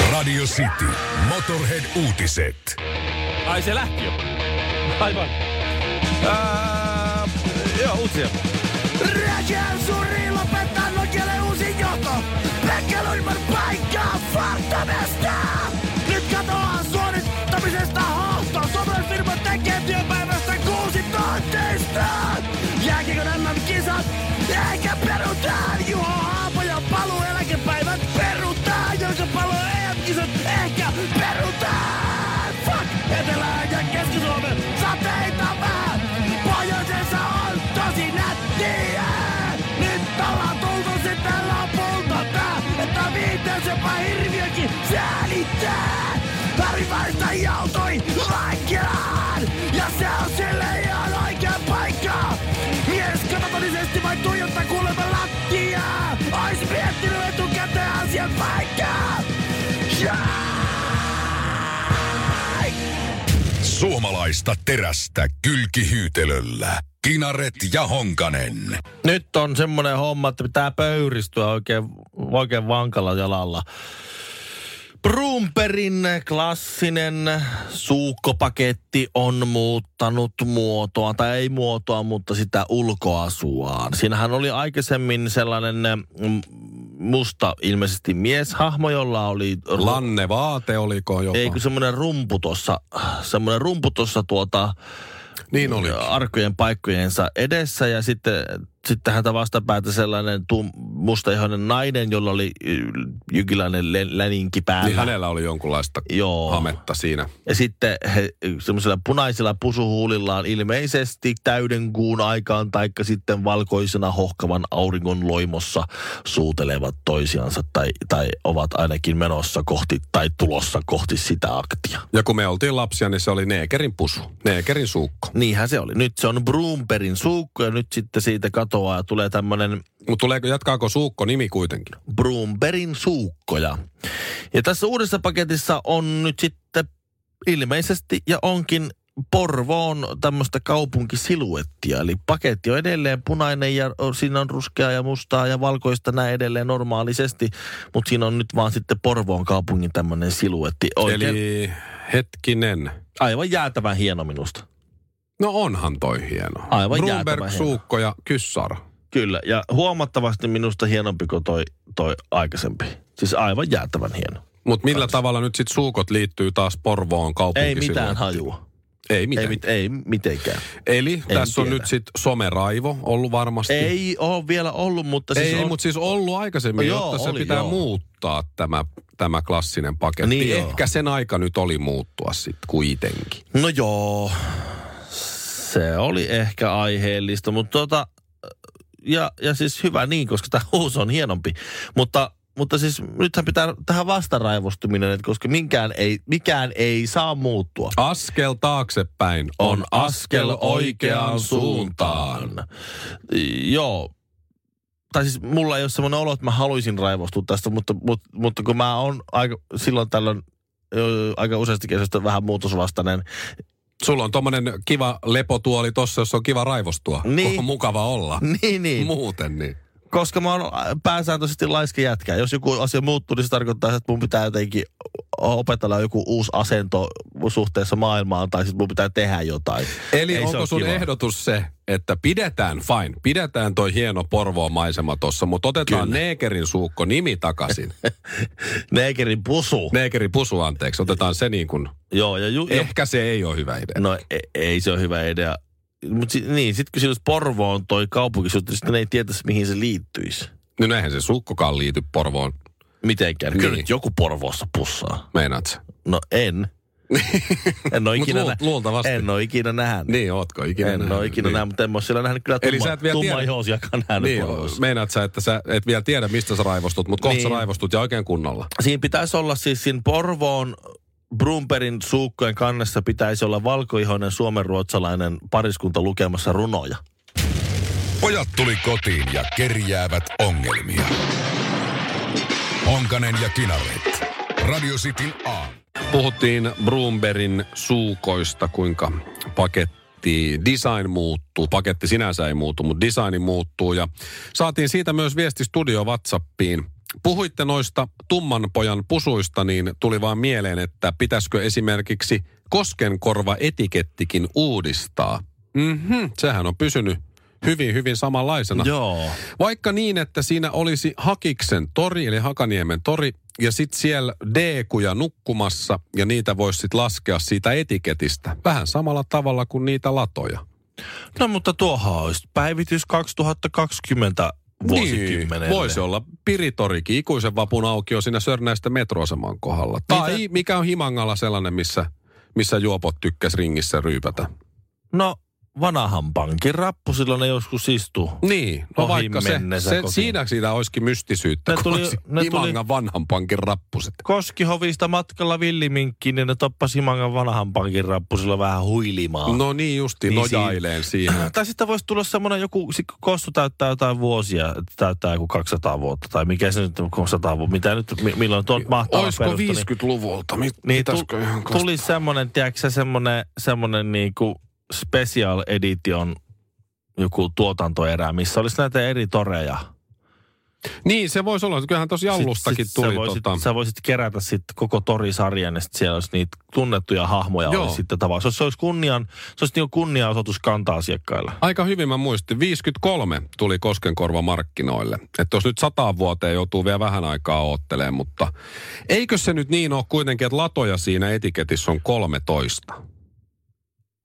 Radio City. Motorhead-uutiset. Ai se lähti jo. Aivan. Ää, joo, uutisia. Rajan suri lopettaa Nokialle uusi johto. Pekka Lundman paikkaa Fartamesta. Nyt katoaa suorittamisesta hohto. Sovellusfirma tekee työpäivästä kuusi tonteista. Jääkikö nämä kisat? Eikä perutaan Juho Haapojan paluu eläkepäivät perutaan. Joka paluu EM-kisat ehkä perutaan. Fuck! Etelään ja Keski-Suomen sateita vähän. Pohjoisessa on tosi nättiä. Nyt ollaan tultu sitten lopulta tää, että viites jopa hirviökin säälittää. Tarvivaista joutui vankilaan, ja se on sille ihan oikea paikka. Mies katatonisesti vai tuijottaa kuulemma lattiaa. Ois miettinyt etukäteen asian paikkaa. Jai! Suomalaista terästä kylkihyytelöllä. Kinaret ja Honkanen. Nyt on semmoinen homma, että pitää pöyristyä oikein, oikein vankalla jalalla. Brumperin klassinen suukkopaketti on muuttanut muotoa, tai ei muotoa, mutta sitä ulkoasuaan. Siinähän oli aikaisemmin sellainen mm, musta ilmeisesti mieshahmo, jolla oli... ru- Lanne vaate oliko jopa? ei kun semmoinen rumpu tuossa, semmoinen rumpu tuossa tuota, Niin oli. arkojen paikkojensa edessä ja sitten sitten häntä vastapäätä sellainen tum, mustaihoinen nainen, jolla oli y, jonkinlainen lä- läninki päällä. Niin hänellä oli jonkunlaista Joo. hametta siinä. Ja sitten he semmoisella punaisella pusuhuulillaan ilmeisesti täyden kuun aikaan, taikka sitten valkoisena hohkavan auringon loimossa suutelevat toisiansa tai, tai ovat ainakin menossa kohti tai tulossa kohti sitä aktia. Ja kun me oltiin lapsia, niin se oli Neekerin pusu, Neekerin suukko. Niinhän se oli. Nyt se on Broomperin suukko ja nyt sitten siitä katoaa ja tulee tämmöinen Mutta tuleeko, jatkaako suukko nimi kuitenkin? Broomperin suukkoja. Ja tässä uudessa paketissa on nyt sitten ilmeisesti ja onkin Porvoon tämmöistä kaupunkisiluettia. Eli paketti on edelleen punainen ja o, siinä on ruskeaa ja mustaa ja valkoista näin edelleen normaalisesti. Mutta siinä on nyt vaan sitten Porvoon kaupungin tämmöinen siluetti. Oikein, Eli... Eli hetkinen. Aivan jäätävän hieno minusta. No onhan toi hieno. Aivan jäätävän Brunberg, hieno. suukko ja kyssar. Kyllä, ja huomattavasti minusta hienompi kuin toi, toi aikaisempi. Siis aivan jäätävän hieno. Mutta millä tavalla nyt sit suukot liittyy taas Porvoon Ei kaupunkisiluun? mitään hajua. Ei Ei, mitään. mit, ei mitenkään. Eli tässä on tiedä. nyt sit someraivo ollut varmasti. Ei ole vielä ollut, mutta siis ei, ei on... mutta siis ollut aikaisemmin, No joo, jotta se oli, pitää joo. muuttaa tämä, tämä klassinen paketti. Niin joo. Ehkä sen aika nyt oli muuttua sitten kuitenkin. No joo, se oli ehkä aiheellista, mutta tota, ja, ja siis hyvä niin, koska tämä huus on hienompi. Mutta, mutta siis nythän pitää tähän vastaraivostuminen, että koska minkään ei, mikään ei saa muuttua. Askel taaksepäin on askel oikeaan suuntaan. Joo. Tai siis mulla ei ole semmoinen olo, että mä haluaisin raivostua tästä, mutta, mutta, mutta kun mä oon aika, silloin tällöin ö, aika useasti kesästä vähän muutosvastainen. Sulla on tommonen kiva lepotuoli tossa, jossa on kiva raivostua. Niin. On mukava olla. Niin, niin. Muuten niin. koska mä oon pääsääntöisesti laiska jätkä. Jos joku asia muuttuu, niin se tarkoittaa, että mun pitää jotenkin opetella joku uusi asento suhteessa maailmaan, tai sitten mun pitää tehdä jotain. Eli Ei Ei se onko oo sun kiva. kiva. ehdotus se, että pidetään, fine, pidetään toi hieno Porvoon maisema tossa, mutta otetaan Kyllä. Neekerin suukko nimi takaisin. Neekerin pusu. Ne. Neekerin pusu, anteeksi, otetaan se niin kuin, Joo, ja ju- ja ehkä se ei ole hyvä idea. No ei, ei se ole hyvä idea. Mutta si- niin, sitten kun siinä olisi Porvoon toi kaupunkisuus, niin sitten ei tietäisi, mihin se liittyisi. No näinhän se sukkokaan liity Porvoon, Mitenkään. Kyllä Niin. nyt joku Porvoossa pussaa. meinaat sä? No en. en ole Mut ikinä, luul- nä- luultavasti. en ole ikinä nähnyt. Niin, ootko ikinä en ole ikinä niin. nähnyt, mutta en ole siellä nähnyt kyllä Eli tumma, sä et vielä tumma tiedä- nähnyt Niin, Porvoossa. meinaat sä, että sä et vielä tiedä, mistä sä raivostut, mutta kohta sä Niin. raivostut ja oikein kunnolla. Siinä pitäisi olla siis siinä Porvoon Brumperin suukkojen kannessa pitäisi olla valkoihoinen suomenruotsalainen pariskunta lukemassa runoja. Pojat tuli kotiin ja kerjäävät ongelmia. Honkanen ja Kinaret. Radio Cityn A. Puhuttiin Brumberin suukoista, kuinka paketti, design muuttuu. Paketti sinänsä ei muutu, mutta designi muuttuu. Ja saatiin siitä myös viesti studio WhatsAppiin. puhuitte noista tumman pojan pusuista, niin tuli vaan mieleen, että pitäisikö esimerkiksi koskenkorva etikettikin uudistaa. Mhm, sehän on pysynyt hyvin, hyvin samanlaisena. Joo. Vaikka niin, että siinä olisi Hakiksen tori, eli Hakaniemen tori, ja sitten siellä D-kuja nukkumassa, ja niitä voisi sitten laskea siitä etiketistä. Vähän samalla tavalla kuin niitä latoja. No mutta tuohan olisi päivitys 2020 vuosikymmenelle. Niin, voisi olla Piritorikin, ikuisen vapun aukio siinä Sörnäistä metroaseman kohdalla. Tai Mitä? mikä on Himangalla sellainen, missä, missä juopot tykkäs ringissä ryypätä. No vanahan pankin rappu silloin ne joskus istuu. Niin, no Ohi vaikka se, mennessä se kokin. siinä siitä olisikin mystisyyttä, Ne kun tuli- olisi ne tuli- Himangan vanhan pankin rappuset. Koskihovista matkalla villiminkkiin, niin ne toppasi Himangan vanahan pankin rappusilla vähän huilimaan. No niin justiin, Niin niin siinä- nojaileen siihen. Tai sitten voisi tulla semmoinen joku, sit kun Kossu täyttää jotain vuosia, että täyttää joku 200 vuotta, tai mikä se nyt on, kun 100 vuotta, mitä nyt, mi- milloin tuon mahtaa Olisiko perusta, niin- 50-luvulta? Mit, Niin mitäskö ihan tu- tuli semmonen, tiedätkö semmonen, semmonen niinku special edition joku tuotantoerä, missä olisi näitä eri toreja. Niin, se voisi olla. Kyllähän tuossa jallustakin sit tuli. sä voisit, tota, sä voisit kerätä sitten koko torisarjan ja sit siellä olisi niitä tunnettuja hahmoja Joo. olisi sitten tavallaan. Se olisi, se olisi, kunnian, se olisi niinku kunniaosoitus kantaa-asiakkaille. Aika hyvin mä muistin. 53 tuli Koskenkorva markkinoille. Että jos nyt sataan vuoteen joutuu vielä vähän aikaa oottelemaan, mutta eikö se nyt niin ole kuitenkin, että latoja siinä etiketissä on 13?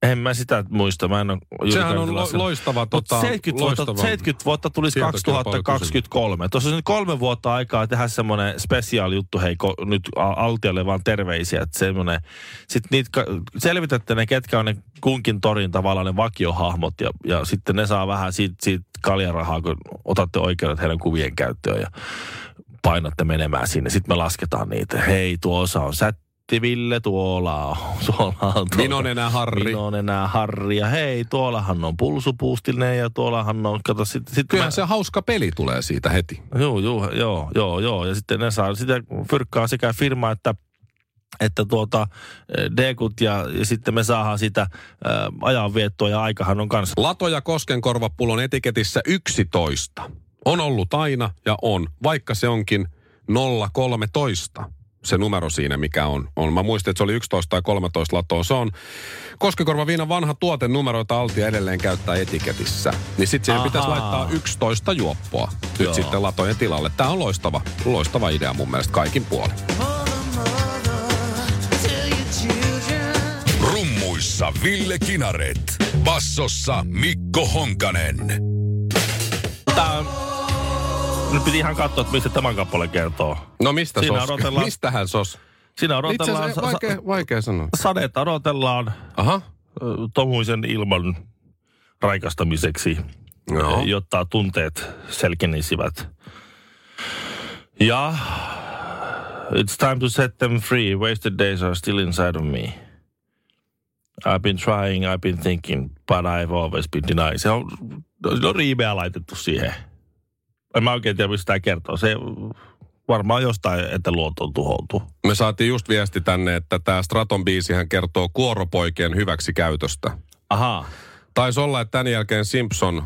En mä sitä muista, mä en ole Sehän on lo- loistava, tota, 70, vuotta, loistava. 70 vuotta tulisi tietokilpailu 2023. Tuossa on nyt kolme vuotta aikaa tehdä semmoinen spesiaali juttu, hei ko, nyt a- Altialle vaan terveisiä, että semmoinen, sitten niitä ka- selvitätte ne, ketkä on ne kunkin torin tavallaan ne vakiohahmot ja, ja sitten ne saa vähän siitä, siitä kaljarahaa, kun otatte oikeudet heidän kuvien käyttöön ja painatte menemään sinne. Sitten me lasketaan niitä. Hei, tuossa on sätti Ville, tuolla on, tuolla on tuota. Niin on enää Harri. Minä on enää Harri ja hei, tuollahan on pulsupuustinen ja tuollahan on, kato sitten. Sit Kyllähän se hauska peli tulee siitä heti. Joo, joo, joo, joo, joo. Ja sitten ne saa sitä fyrkkaa sekä firma että että tuota, eh, dekut ja, ja sitten me saadaan sitä ä, ajanviettoa ja aikahan on kanssa. Latoja Koskenkorvapullon etiketissä 11. On ollut aina ja on, vaikka se onkin 013 se numero siinä, mikä on. on. Mä muistin, että se oli 11 tai 13 latoa. Se on Koskenkorvaviinan vanha tuotenumero, jota Altia edelleen käyttää etiketissä. Niin sit siihen Ahaa. pitäisi laittaa 11 juoppoa nyt Joo. sitten latojen tilalle. Tää on loistava, loistava idea mun mielestä kaikin puolin. Rummuissa Ville Kinaret. Bassossa Mikko Honkanen. Tää on, nyt piti ihan katsoa, että mistä tämän kappale kertoo. No mistä Siinä sos? odotellaan- Mistähän sos? Itse Siinä odotellaan, asiassa sa- vaikea, vaikea sanoa. sa- sadeet odotellaan Aha. ö, tomuisen ilman raikastamiseksi. eh, Joo. jotta tunteet selkenisivät. Ja it's time to set them free. Wasted days are still inside of me. I've been trying, I've been thinking, but I've always been denied. Se on, no, riimeä laitettu siihen. En mä oikein tiedä, mistä tämä kertoo. Se varmaan jostain, että luonto on tuhoutu. Me saatiin just viesti tänne, että tämä Straton biisihän kertoo kuoropoikien hyväksikäytöstä. Ahaa. Taisi olla, että tämän jälkeen Simpson,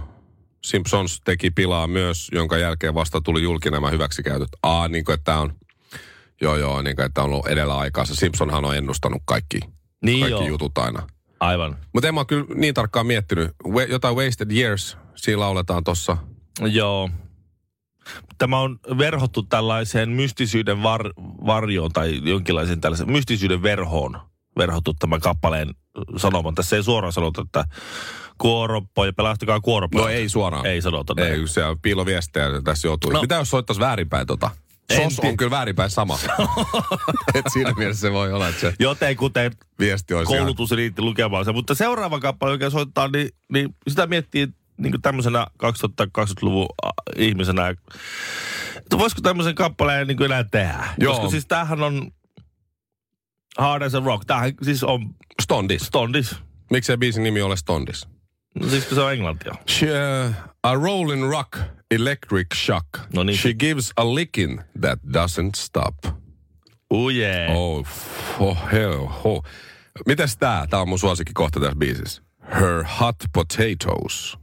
Simpsons teki pilaa myös, jonka jälkeen vasta tuli julki nämä hyväksikäytöt. Aa, niin kuin, että tää on, joo joo, niin kuin, että tää on ollut edellä aikaansa. Simpsonhan on ennustanut kaikki, Niin kaikki joo. jutut aina. Aivan. Mutta en mä oo kyllä niin tarkkaan miettinyt. We, jotain Wasted Years, siinä lauletaan tossa. Joo. Tämä on verhottu tällaiseen mystisyyden var, varjoon tai jonkinlaisen tällaisen mystisyyden verhoon verhottu tämä kappaleen sanoma. Tässä ei suoraan sanota, että kuoropoja, pelastakaa kuoropoja. No ei suoraan. Ei sanota näin. Ei, se on piiloviestejä tässä joutuu. No. No. Mitä jos soittaisi väärinpäin tota? En Sos tii- on kyllä väärinpäin sama. Et siinä mielessä se voi olla, että se Joten kuten viesti olisi ihan- koulutus riitti lukemaan se. Mutta seuraava kappale, joka soittaa, niin, niin sitä miettii niin kuin tämmöisenä 2020-luvun ihmisenä. Että voisiko tämmöisen kappaleen niin kuin enää tehdä? Joo. Koska siis tämähän on Hard as a Rock. Tämähän siis on Stondis. Stondis. Miksei biisin nimi ole Stondis? No Siis kun se on englantia. She, uh, a rolling rock, electric shock. No niin. She gives a licking that doesn't stop. Oh yeah. Oh, oh, hell, ho. Mitäs tää? Tää on mun suosikkikohta tässä biisissä. Her hot potatoes.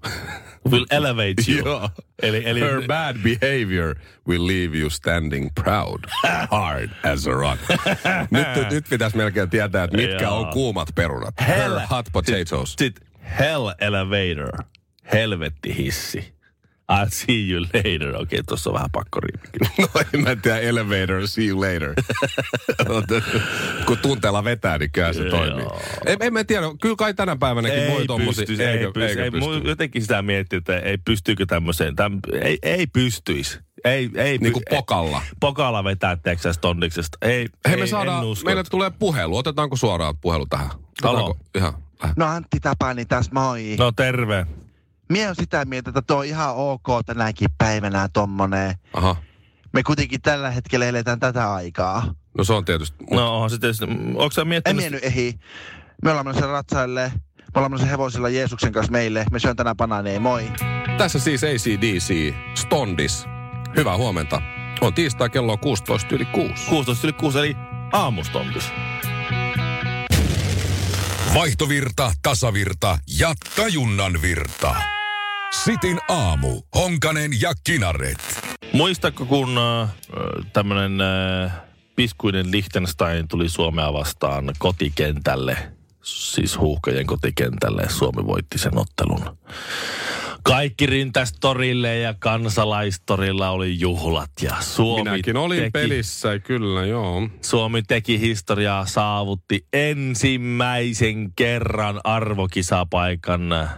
will elevate you. Joo. Eli, eli Her bad behavior will leave you standing proud, hard as a rock. nyt, nyt pitäisi melkein tietää, että mitkä Joo. on kuumat perunat. Hell. Her hot potatoes. sit hell elevator, helvetti hissi. I'll see you later. Okei, okay, tuossa on vähän pakko riippi. No en mä tiedä, elevator, see you later. Kun tunteella vetää, niin kyllä se Joo. toimii. En, en mä tiedä, kyllä kai tänä päivänäkin voi tommosia. pysty, ei, eikö, pysty, eikö ei, pysty. mun jotenkin sitä miettii, että ei pystyykö tämmöiseen. Täm, ei, ei pystyisi. Ei, ei, Niin py- kuin pokalla. Ei, pokalla vetää Texas tonniksesta. Ei, Hei, ei me saadaan, en usko. meille tulee puhelu. Otetaanko suoraan puhelu tähän? Otetaanko? Ihan. Äh. No Antti Tapani tässä moi. No. No terve. Mie on sitä mieltä, että tuo on ihan ok tänäkin päivänä tommonen. Aha. Me kuitenkin tällä hetkellä eletään tätä aikaa. No se on tietysti. Mut, No onhan se tietysti, mm, onko sä En miettinyt? mie nyt ehi. Me ollaan menossa ratsaille. Me ollaan menossa hevosilla Jeesuksen kanssa meille. Me syön tänään banaaneja, moi. Tässä siis ACDC, Stondis. Hyvää huomenta. On tiistai kello on 16 yli 6. 16 yli 6, eli aamustonkis. Vaihtovirta, tasavirta ja tajunnan virta. Sitin aamu. Honkanen ja Kinaret. Muistatko, kun äh, tämmöinen äh, piskuinen Liechtenstein tuli Suomea vastaan kotikentälle, siis huuhkajien kotikentälle, Suomi voitti sen ottelun. Kaikki rintas torille ja kansalaistorilla oli juhlat ja Suomi Minäkin olin teki, pelissä, kyllä joo. Suomi teki historiaa, saavutti ensimmäisen kerran arvokisapaikan äh,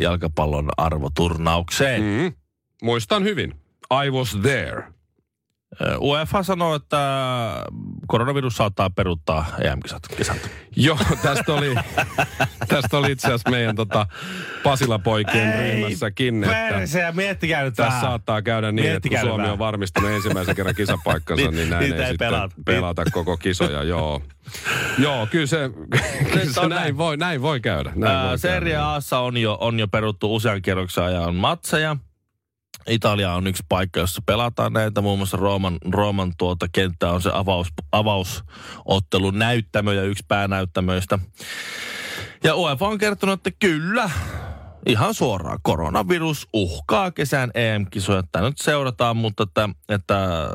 jalkapallon arvoturnaukseen. Mm. Muistan hyvin. I was there. Ö, UEFA sanoo, että koronavirus saattaa peruuttaa EM-kisat. Kisat. Joo, tästä oli, tästä oli itse asiassa meidän tota, Pasilapoikien ryhmässäkin, että miettikää nyt tässä saattaa käydä niin, että kun Miettikää Suomi vähän. on varmistanut ensimmäisen kerran kisapaikkansa, Ni- niin näin niitä ei, ei sitten pelata. pelata koko kisoja, joo. Joo, kyllä se, kyllä se on näin, näin. voi, näin voi käydä. Näin voi Serie käydä. A:ssa on jo, on jo peruttu usean kierroksen ajan matseja. Italia on yksi paikka, jossa pelataan näitä. Muun muassa Rooman, Rooman tuota kenttä on se avaus, avausottelun näyttämö ja yksi päänäyttämöistä. Ja UEFA on kertonut, että kyllä, ihan suoraan, koronavirus uhkaa kesän EM-kisoja. Tämä nyt seurataan, mutta että, että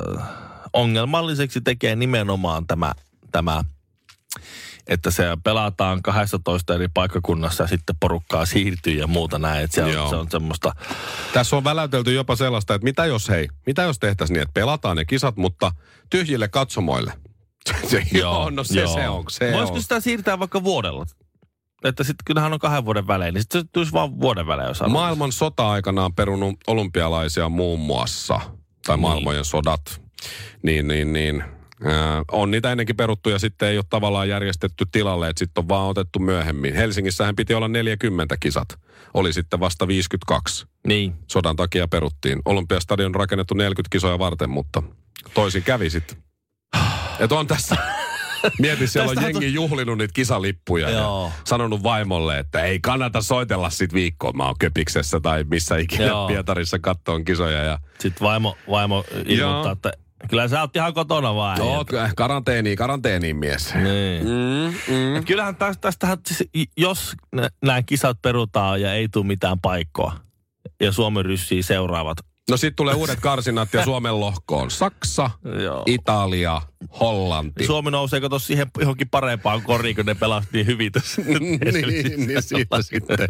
ongelmalliseksi tekee nimenomaan tämä, tämä että se pelataan 12 eri paikkakunnassa ja sitten porukkaa siirtyy ja muuta näin. Että se, Joo. on, se on semmoista, Tässä on väläytelty jopa sellaista, että mitä jos hei, mitä jos tehtäisiin niin, että pelataan ne kisat, mutta tyhjille katsomoille. Se, joo, no se, joo. se on, se Voisiko on. sitä siirtää vaikka vuodella? Että sitten kyllähän on kahden vuoden välein, niin sitten se tulisi vaan vuoden välein, jos haluaa. Maailman sota-aikana on perunut olympialaisia muun muassa, tai maailmojen sodat, niin, niin, niin. Äh, on niitä ennenkin peruttu ja sitten ei ole tavallaan järjestetty tilalle, että sitten on vaan otettu myöhemmin. Helsingissähän piti olla 40 kisat, oli sitten vasta 52. Niin. Sodan takia peruttiin. Olympiastadion on rakennettu 40 kisoja varten, mutta toisin kävi sitten. Et on tässä... Mieti, siellä on Tästähän jengi juhlinut niitä kisalippuja ja Joo. sanonut vaimolle, että ei kannata soitella sit viikkoon. Mä oon Köpiksessä tai missä ikinä Joo. Joo. Pietarissa kattoon kisoja. Ja... Sitten vaimo, vaimo Joo. ilmoittaa, että kyllä sä oot ihan kotona vaan. Joo, karanteeniin, karanteeniin mies. Niin. Mm, mm. Et Kyllähän tästä, tästähän, siis, i- jos nämä kisat perutaan ja ei tule mitään paikkoa, ja Suomen ryssii seuraavat. No sit tulee uudet karsinat ja Suomen lohkoon. Saksa, Joo. Italia, Hollanti. Niin Suomi nousee kato siihen johonkin parempaan koriin, kun ne pelasivat niin hyvin tässä. niin, niin siitä sitten.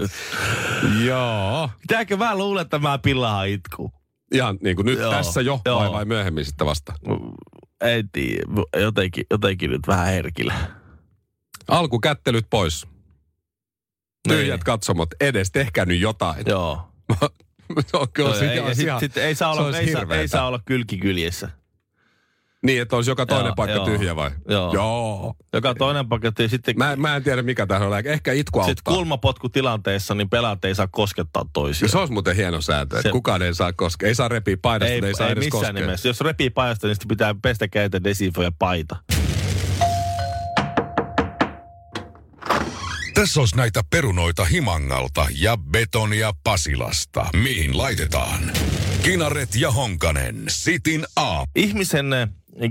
Joo. Pitääkö mä luulen, että mä pillahan itkuu? Ihan niin kuin nyt joo, Joo, tässä jo joo. vai, joo. vai myöhemmin sitten vasta. Ei tiedä, jotenkin, jotenkin nyt vähän herkillä. Alkukättelyt pois. Tyhjät Niin. katsomot. Edes tehkää nyt jotain. Joo. Se on kyllä Joo, No, se, ei, ihan, ja sit, sit, ei, saa se olla, olisi ei, saa, hirveetä. ei saa olla kylki kyljessä. Niin, että olisi joka toinen Joo, paikka joo. tyhjä vai? Joo. joo. Joka toinen paketti ja sitten... Mä, mä en tiedä mikä tähän on. lääke. Ehkä itku auttaa. Sitten kulmapotkutilanteessa niin pelaat ei saa koskettaa Ja toisiaan. se olisi muuten hieno sääntö, että Se- kukaan ei saa koskea. Ei saa repiä paidasta, ei, ei saa ei edes missään koskea. nimessä. Jos repii paidasta, niin sitten pitää pestä käitä desinfoja paita. Tässä olisi näitä perunoita Himangalta ja betonia Pasilasta. Mihin laitetaan? Kinaret ja Honkanen. Sitin aamu. Ihmisen eh,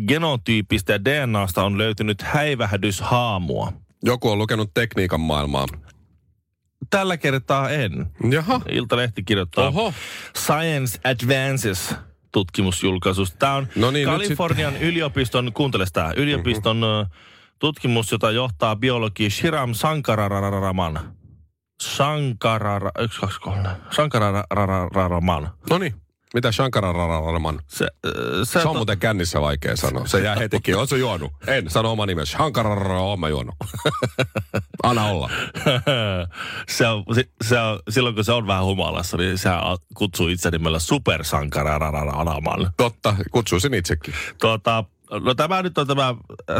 genotyypistä ja DNAsta on löytynyt häivähdyshaamua. Joku on lukenut tekniikan maailmaa. tällä kertaa en. Jaha. Iltalehti kirjoittaa Oho. Science Advances tutkimusjulkaisusta. Tämä on No niin, nyt Kalifornian yliopiston, kuuntele sitä, yliopiston mm-hmm. tutkimus, jota johtaa biologi Shiram Sankarararaman. Sankarara, 1, 2, 3, Sankarararaman. No niin. Mitä Shankararararaman? Se, äh, Se se, on muuten kännissä vaikea sanoa. Se jää hetikin. Oletko juonut? En. Sano oma nimesi. Shankararara, oon mä juonut. Anna olla. se, on, se, se on, silloin kun se on vähän humalassa, niin se kutsuu itse nimellä supersankarararaman. Totta. Kutsuisin itsekin. Tuota, no tämä nyt on tämä...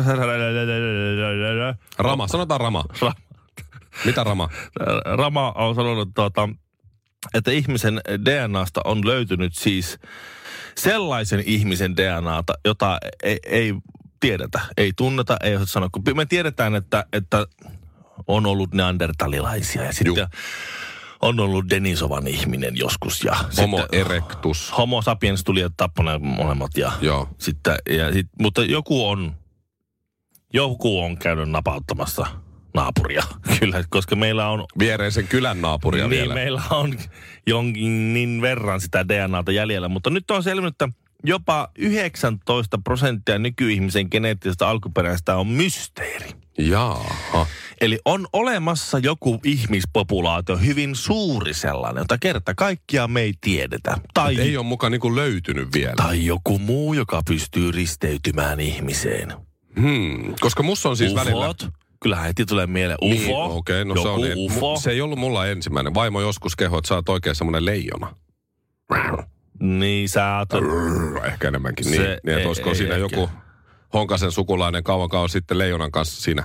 Rama. Sanotaan Rama. Ra- Mitä Rama? Äh, Rama on sanonut, tuota, että ihmisen DNAsta on löytynyt siis sellaisen ihmisen DNAta, jota ei, ei tiedetä, ei tunneta, ei osata sanoa. Kun me tiedetään, että, että on ollut neandertalilaisia ja sitten on ollut Denisovan ihminen joskus. Ja Homo sitten- erectus. Homo sapiens tuli ja tappoi ne molemmat. Ja Joo. Sitten, ja sit, mutta joku on, joku on käynyt napauttamassa naapuria. Kyllä, koska meillä on, Viereisen kylän naapuria niin, vielä. meillä on jonkin niin verran sitä DNAta jäljellä. Mutta nyt on selvinnyt, että jopa 19 prosenttia nykyihmisen geneettisestä alkuperäistä on mysteeri. Jaaha. Eli on olemassa joku ihmispopulaatio, hyvin suuri sellainen, jota kerta kaikkiaan me ei tiedetä. Tai Ei ole mukaan niinku löytynyt vielä. tai joku muu, joka pystyy risteytymään ihmiseen. Hmm. Koska musta on siis välillä... Ufot? Kyllähän heti tulee mieleen UFO. Niin, okei, no joku se on niin. UFO. Mu- Se ei ollut mulla ensimmäinen. Vaimo joskus keho, että sä oot oikein semmonen leijona. Niin sä oot... Brrr, ehkä enemmänkin. Niin, Se niin että ei- olisiko ei siinä ehkä. joku Honkasen sukulainen kauan kauan sitten leijonan kanssa siinä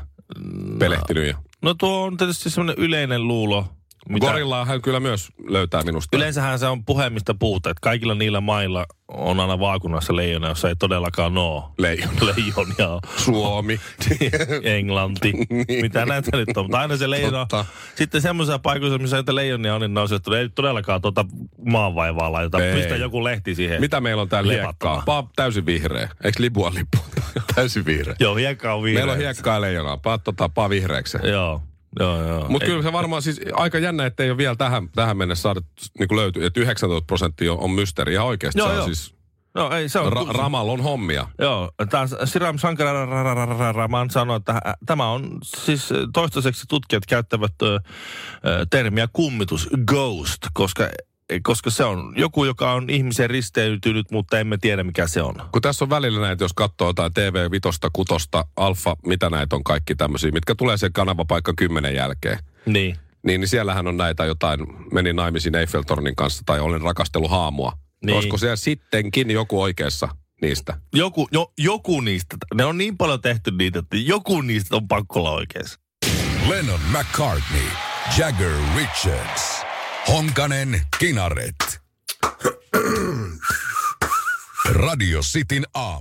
Mm. pelehtinyt. Ja. No tuo on tietysti semmoinen yleinen luulo. Mitä... Gorillaa hän kyllä myös löytää minusta. Yleensähän se on puhe, mistä puhutaan, että kaikilla niillä mailla on aina vaakunassa leijona, jossa ei todellakaan oo Leijona. leijonia. on. Suomi. Englanti, mitä näitä nyt on. Mutta aina se leijona, Niin. Totta. sitten semmoisessa paikoissa, missä näitä leijonia on, niin ne on se, että ei todellakaan tuota maanvaivaa laiteta. Ei. Pistä joku lehti siihen. Mitä meillä on täällä Lepattava. hiekkaa? Paa täysin vihreä. Eikö lipua lippu? täysin vihreä. Joo, hiekka on vihreä. Meillä on hiekkaa ja leijonaa. Paa, tota, paa vihreäksi. Joo, joo, joo. Mutta Ei- kyllä se varmaan siis aika jännä, että ei ole vielä tähän, tähän mennessä saada niin löytyy, että 19 prosenttia on, on mysteeri ihan oikeasti. Joo, se on joo. siis, No ei, se on... ra, ramal on hommia. Joo, taas Siram Sankarararaman sanoi, että hä- tämä on siis ö, toistaiseksi tutkijat käyttävät ö, ö, termiä kummitus, ghost, koska, koska se on joku, joka on ihmisen risteytynyt, mutta emme tiedä mikä se on. Kun tässä on välillä näitä, jos katsoo jotain TV5, 6, Alfa, mitä näitä on kaikki tämmöisiä, mitkä tulee sen kanavapaikka 10 jälkeen. Niin. Niin, niin siellähän on näitä jotain, menin naimisiin Eiffeltornin kanssa tai olen rakastellut haamua. Niin. Niin. Olisiko siellä sittenkin joku oikeassa niistä? Joku, jo, joku niistä, ne on niin paljon tehty niitä, että joku niistä on pakko olla oikeassa. Lennon McCartney, Jagger Richards, Honkanen, Kinaret. Radio Cityn aamu.